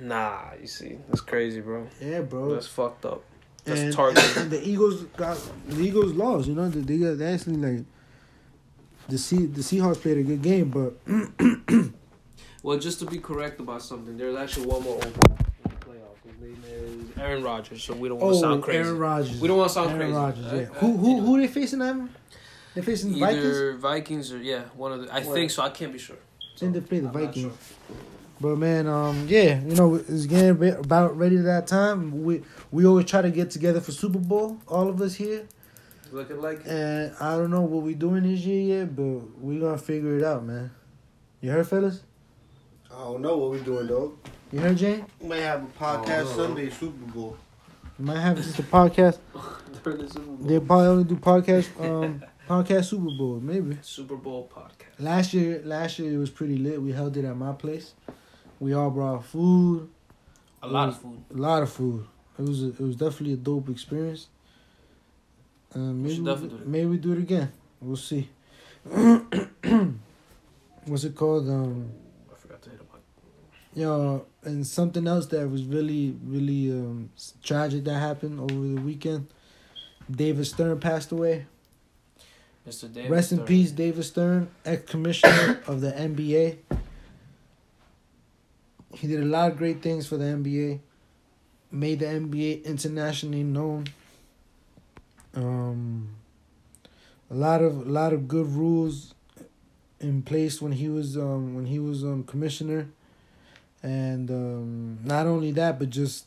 nah, you see, that's crazy, bro.
Yeah, bro.
That's fucked up. That's
and,
targeted.
and the Eagles got the Eagles lost. You know, they, they, got- they actually like the sea the Seahawks played a good game, but
Well, just to be correct about something, there's actually one more open in the playoff. His name is Aaron Rodgers, so we don't want to sound crazy.
Oh, Aaron Rodgers.
We don't want to sound
Aaron
crazy.
Rodgers.
Uh,
Yeah.
uh,
who who who they facing? Them? They facing the Vikings.
Either Vikings? or yeah, one of the. I
Where?
think so. I can't be sure.
Then they play the
I'm not
Vikings.
sure.
But man, um, yeah, you know, it's getting re- about ready to that time. We we always try to get together for Super Bowl, all of us here,
Looking like it.
and I don't know what we're doing this year yet, but we're gonna figure it out, man. You heard, fellas?
I don't know what we doing though.
You heard, Jane?
We may have a podcast
Oh, no.
Sunday Super Bowl.
We might have just a podcast.
during the Super Bowl.
They probably only do podcast, um, podcast Super Bowl, maybe.
Super Bowl podcast.
Last year, last year it was pretty lit. We held it at my place. We all brought food,
A lot of food.
a lot of food. It was a, it was definitely a dope experience. Uh, maybe
should
we
definitely do it.
maybe we do it again. We'll see. What's it called? Um,
I forgot to hit him.
you know, and something else that was really really um, s- tragic that happened over the weekend. David Stern passed away.
Mr. David.
Rest in
Stern.
peace, David Stern, ex commissioner of the NBA. He did a lot of great things for the NBA, made the NBA internationally known. Um, a lot of a lot of good rules in place when he was um when he was um commissioner, and um, not only that, but just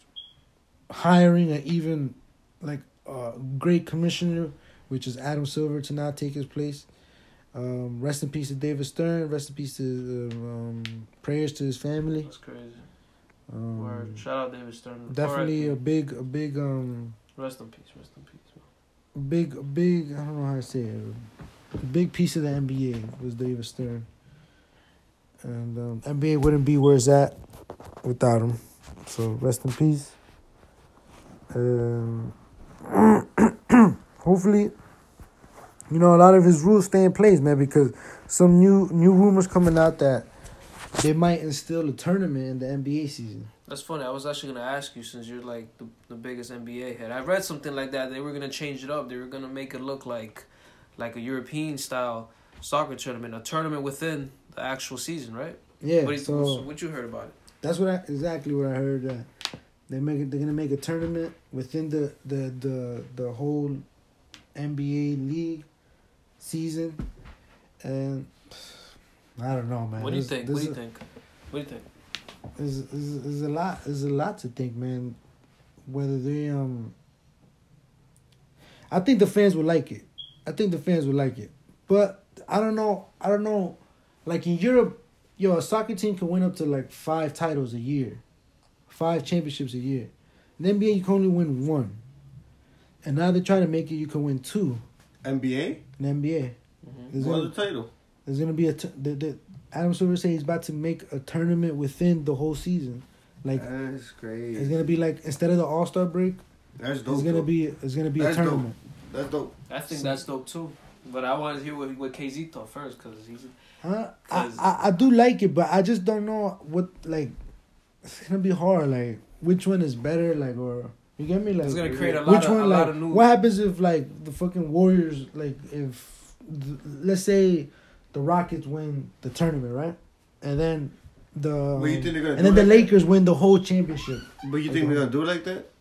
hiring an even like a great commissioner which is Adam Silver to now take his place. Um, rest in peace to David Stern. Rest in peace to uh, um, prayers to his family.
That's crazy.
Um,
Word. Shout out David Stern.
definitely a
RIP.
big, a big, um,
Rest in peace. Rest in peace. man.
big, a big. I don't know how to say it. A big piece of the NBA was David Stern, and um, NBA wouldn't be where it's at without him. So rest in peace. Um, hopefully, you know a lot of his rules stay in place, man. Because some new new rumors coming out that they might instill a tournament in the NBA season.
That's funny. I was actually gonna ask you since you're like the, the biggest NBA head. I read something like that. They were gonna change it up. They were gonna make it look like, like a European style soccer tournament, a tournament within the actual season, right?
Yeah.
What, do you-
so
what you heard about it?
That's what I, exactly what I heard. That they make they're gonna make a tournament within the the the the whole NBA league season, and I don't know, man.
What do you
This-
think?
this
What do
is-
you think? What do you think?
is is is a lot is a lot to think, man. Whether they um, I think the fans would like it. I think the fans would like it, but I don't know. I don't know. Like in Europe, yo, a soccer team can win up to like five titles a year, five championships a year. In the NBA, you can only win one, and now they're trying to make it you can win two
NBA?
in the NBA. There's
What
gonna-
other title?
there's gonna be a t- the, the Adam Silver said he's about to make a tournament within the whole season, like
That's crazy.
it's gonna be like instead of the All Star break,
That's dope.
it's gonna
though.
be it's gonna be
That's
a
dope.
tournament.
That's dope.
I think that's dope too. But I wanted to hear what, what KZ thought first because he's
Huh? I,
'Cause-
I I do like it, but I just don't know what like it's gonna be hard. Like which one is better? Like or you get me? Like
It's gonna create a lot
which
of-
one?
a
like
lot of new-
what happens if like the fucking Warriors like if th- let's say the Rockets win the tournament right, and then the
What you think they're gonna
and then
do
the
like
Lakers win the whole championship.
But you think they're gonna do it like that?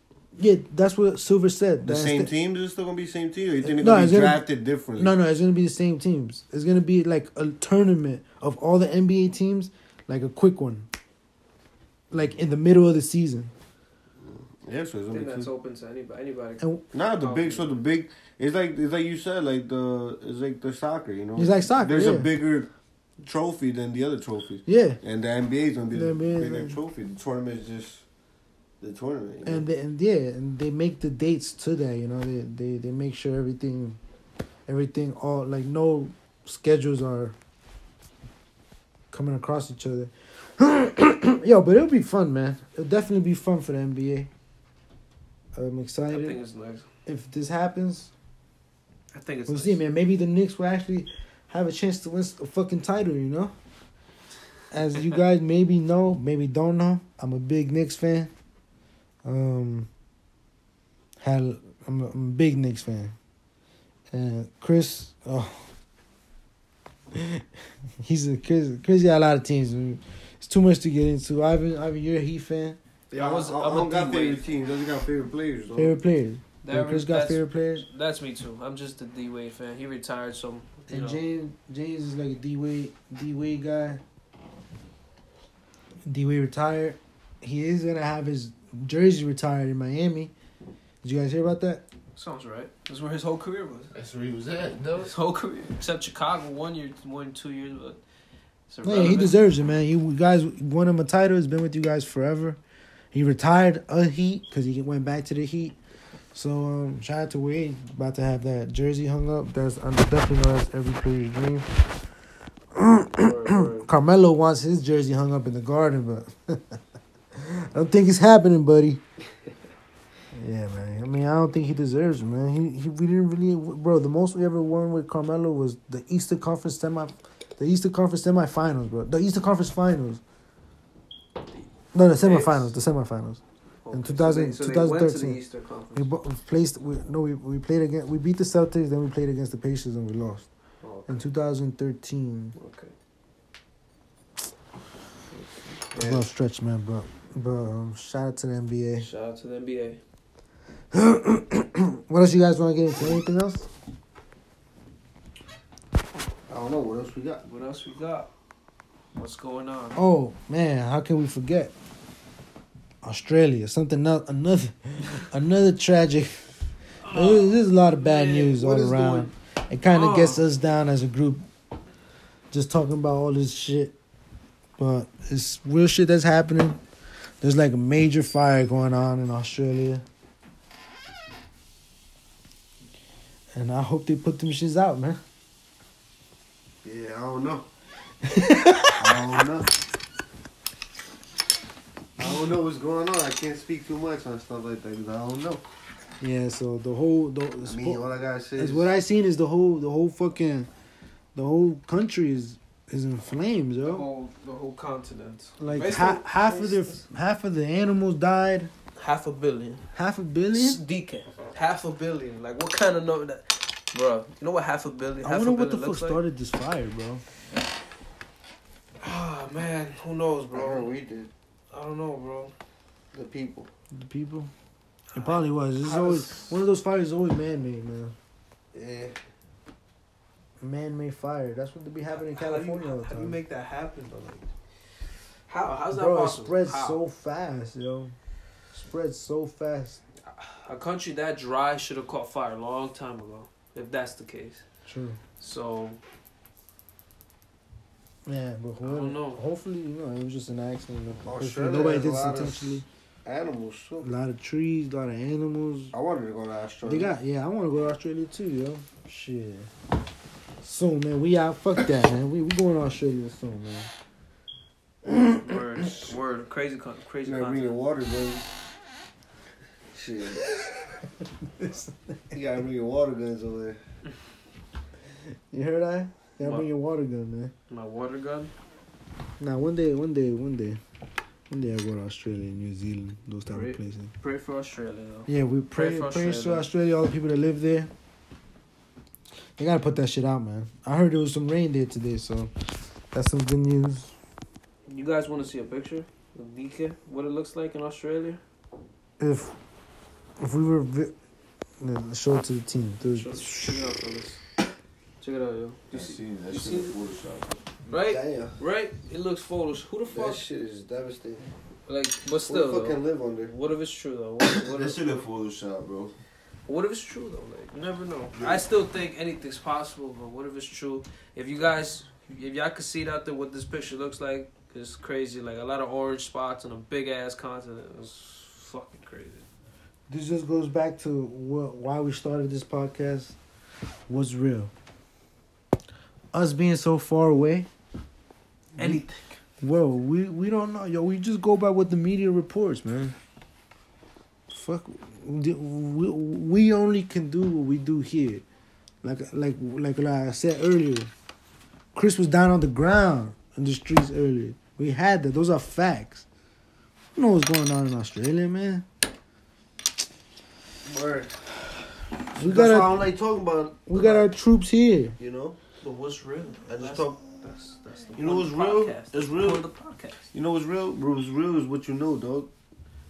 Yeah, that's what Silver said.
The
That
same
instead-
teams is still gonna be the same team? Or you think they're
No,
gonna
it's
be
gonna-
drafted differently?
No, no, it's gonna be the same teams. It's gonna be like a tournament of all the NBA teams, like a quick one, like in the middle of the season.
Yeah, so it's
I
gonna
think
be
that's
two.
open to anybody. anybody.
And
Nah,
Oh,
the big so the big it's like it's like you said, like the it's like the soccer, you know.
It's like soccer,
There's
yeah.
a bigger trophy than the other trophies.
yeah,
And the NBA is gonna be
The
the,
NBA is
bigger
like-
trophy. The tournament is just the tournament. you
and they, and yeah, and they make the dates to that. You know, they they they make sure everything, everything all like no schedules are coming across each other. Yo, but it'll be fun, man. It'll definitely be fun for the NBA. I'm
I
excited.
think it's nice.
if this happens,
I think it's
we'll
nice.
see, man. Maybe the Knicks will actually have a chance to win a fucking title, you know? As you guys maybe know, maybe don't know, I'm a big Knicks fan. Um, had I'm a, I'm a big Knicks fan, and Chris, oh, he's a Chris. Chris got a lot of teams. man. It's too much to get into. Ivan, Ivan, you're a Heat fan.
Yeah, I,
I was-
I, I,
I'm a
don't got
D-Wade.
favorite teams. I just got favorite players. Though.
Favorite players.
That
Chris
re-
got
that's,
favorite players.
that's me too. I'm just a D Wade fan. He retired, so you
And
know.
James James is like a D Wade D Wade guy. D Wade retired. He is gonna have his jersey retired in Miami. Did you guys hear about that?
sounds right. That's where his whole career was.
That's where he was at, though.
His whole career, except Chicago, one year, one two years, but it's
Yeah, he
irrelevant.
deserves it, man. You guys won him a title. He's been with you guys forever. He retired a Heat because he went back to the Heat. So um, shout out to Wade. About to have that jersey hung up. That's I definitely know that's every player's dream. Carmelo wants his jersey hung up in the garden, but I don't think it's happening, buddy. Yeah, man. I mean, I don't think he deserves it, man. He, he we didn't really, bro. The most we ever won with Carmelo was the Eastern Conference semi, the Eastern Conference semifinals, bro. The Eastern Conference finals. No, the semifinals. The semifinals. in 2000
so they, so they went to the
2013.
Eastern
We
Conference.
bo- we placed. We, no, we, we played against. We beat the Celtics. Then we played against the Pacers and we lost
Oh,
in 2013.
okay.
It's a little stretch, man. But but um, shout out to the NBA.
Shout out to the NBA.
What else you guys want to get into? Anything else?
I don't know what else we got.
What else we got? What's going on?
Oh man, how can we forget Australia? Something else. Another another tragic. There's there's a lot of bad
Oh, man,
news all
what is
around. It kind of
Oh.
gets us down as a group. Just talking about all this shit, but it's real shit that's happening. There's like a major fire going on in Australia. And I hope they put them shits out, man.
Yeah, I don't know. I don't know. I don't know what's going on. I can't speak too much on stuff like that 'cause I don't know.
Yeah, so the whole the, the
I mean, all I gotta say
Is
is
what I seen is the whole the whole fucking the whole country is is in flames,
The
yo.
whole the whole continent.
Like
Based
ha-
on-
half of their half of the animals died.
half a billion.
Half a
It's
billion.
Deacon. Half a billion. Like what kind of number that Bro, you know what half a billion half
I wonder
a
what
billion
the fuck
looks like?
started this fire, bro.
Ah man, who knows
I heard
bro?
we did
I don't know bro.
the people.
The people. It probably was. It's
Uh, How
always
does-
one of those fires is always man made, man.
Yeah,
Man made fire. That's what they be happening in
How do you-
California all the
How do you
time.
make that happen though? Like, how how's that
Bro, it
possible?
spreads
How?
so fast, yo. Spreads so fast.
a country that dry should have caught fire a long time ago, if that's the case.
True.
So
Yeah, but
I don't
whoever-
know. Oh,
hopefully, you know, it was just an accident. Hopefully,
Australia
nobody
has
did
a
this
lot of-
intentionally.
animals. So.
A lot of trees, a lot of animals.
I wanted to go to Australia.
They got yeah. I want to go to Australia too, yo. Shit. Soon, man. We out. Fuck that, man. We we going to Australia soon, man.
word, word, crazy, con- crazy.
You gotta bring
continent.
the water, guns. Shit. you gotta bring your water guns over there.
You heard that? Gotta
What?
bring your water gun, man.
My water gun.
Nah, one day, one day, one day, one day I go to Australia, New Zealand, those type
Great.
of places.
Pray for Australia. Though.
Yeah, we pray,
for
praise to
Australia.
Australia, all the people that live there. They gotta put that shit out, man. I heard there was some rain there today, so that's some good news.
You guys want to see a picture of Dika? What it looks like in Australia?
If if we were, vi- no, show it to the team. Dude.
Check it out, fellas. Check it out, yo.
I
You see,
seen that
you
shit
see-
in Photoshop.
right,
Damn,
right. It looks photos. Who the
that
fuck?
shit is devastating.
Like, but
Still,
still,
we fucking
though,
live under.
what if it's true though? What, what,
That
if,
shit in Photoshop, bro.
what if it's true though? Like, you never know. I still think anything's possible, but what if it's true? If you guys, if y'all could see it out there, what this picture looks like, it's crazy. Like a lot of orange spots on a big ass continent. It's fucking crazy.
This just goes back to what, why we started this podcast. What's real? Us being so far away.
Anything.
Well, we we don't know, yo. We just go by what the media reports, man. Fuck, we we only can do what we do here. Like like like, I said earlier, Chris was down on the ground in the streets earlier. We had that. Those are facts. You know what's going on in Australia, man.
Word.
We
That's why I
got our,
don't like talking about.
we got our troops here.
You know.
But what's real?
I just
That's-
talk.
That's, that's the
You know
point of
what's real?
the podcast.
It's
That's the
real.
point of The podcast.
You know what's real? What's real is what you know, dog.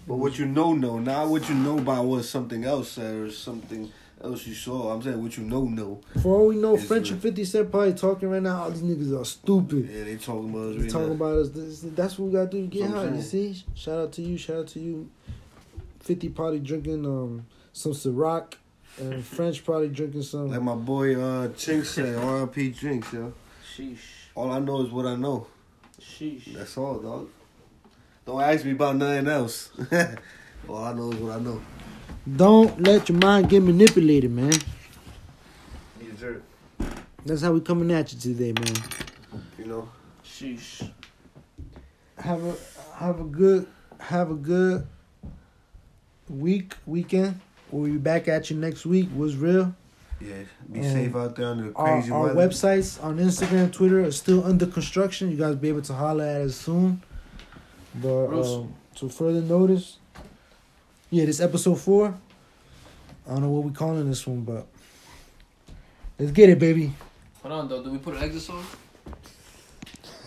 But what you know, know not what you know about what something else said or something else you saw. I'm saying what you know, know.
For all we know,
It's
French
real.
and Fifty Cent probably talking right now. All these niggas are stupid.
Yeah, they talking about us
They
right
talking
now.
about us. This, that's what we gotta do to get
That's what
hot.
I'm
You see? Shout out to you. Shout out to you. Fifty probably drinking um some Ciroc, and French probably drinking some.
like my boy uh Chink said, R.I.P. Jinx, yo.
Sheesh.
All I know is what I know.
Sheesh.
That's all, dog. Don't ask me about nothing else. all I know is what I know.
Don't let your mind get manipulated, man.
You jerk.
That's how we coming at you today, man.
You know.
Sheesh.
Have a have a good have a good week weekend. We'll be back at you next week. Was real.
Yeah. Be
And
safe out there under the
Our,
crazy
our
weather.
websites on Instagram, Twitter are still under construction. You guys be able to holler at us soon. But
Real
um,
soon.
to further notice, yeah, this episode four. I don't know what we calling this one, but let's get it, baby.
Hold on, though. Did we put an exit song?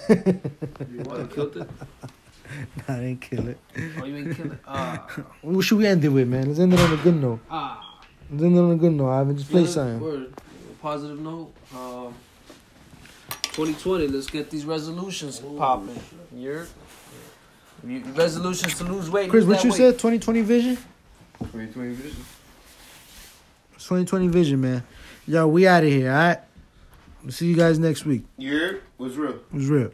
you want to kill it?
I didn't kill it.
Oh, you ain't kill it. Ah.
What should we end it with, man? Let's end it on a good note.
Ah.
Let's end it on a good note. I haven't just played
Yeah,
something.
word. Positive note. Um, 2020. Let's get these resolutions popping. You're resolutions to lose weight.
Chris,
lose
what
that
you
weight.
said? Twenty twenty vision.
2020 vision.
Twenty twenty vision, man. Yo, we out of here. All right. See you guys next week.
Yeah, was real.
It was real.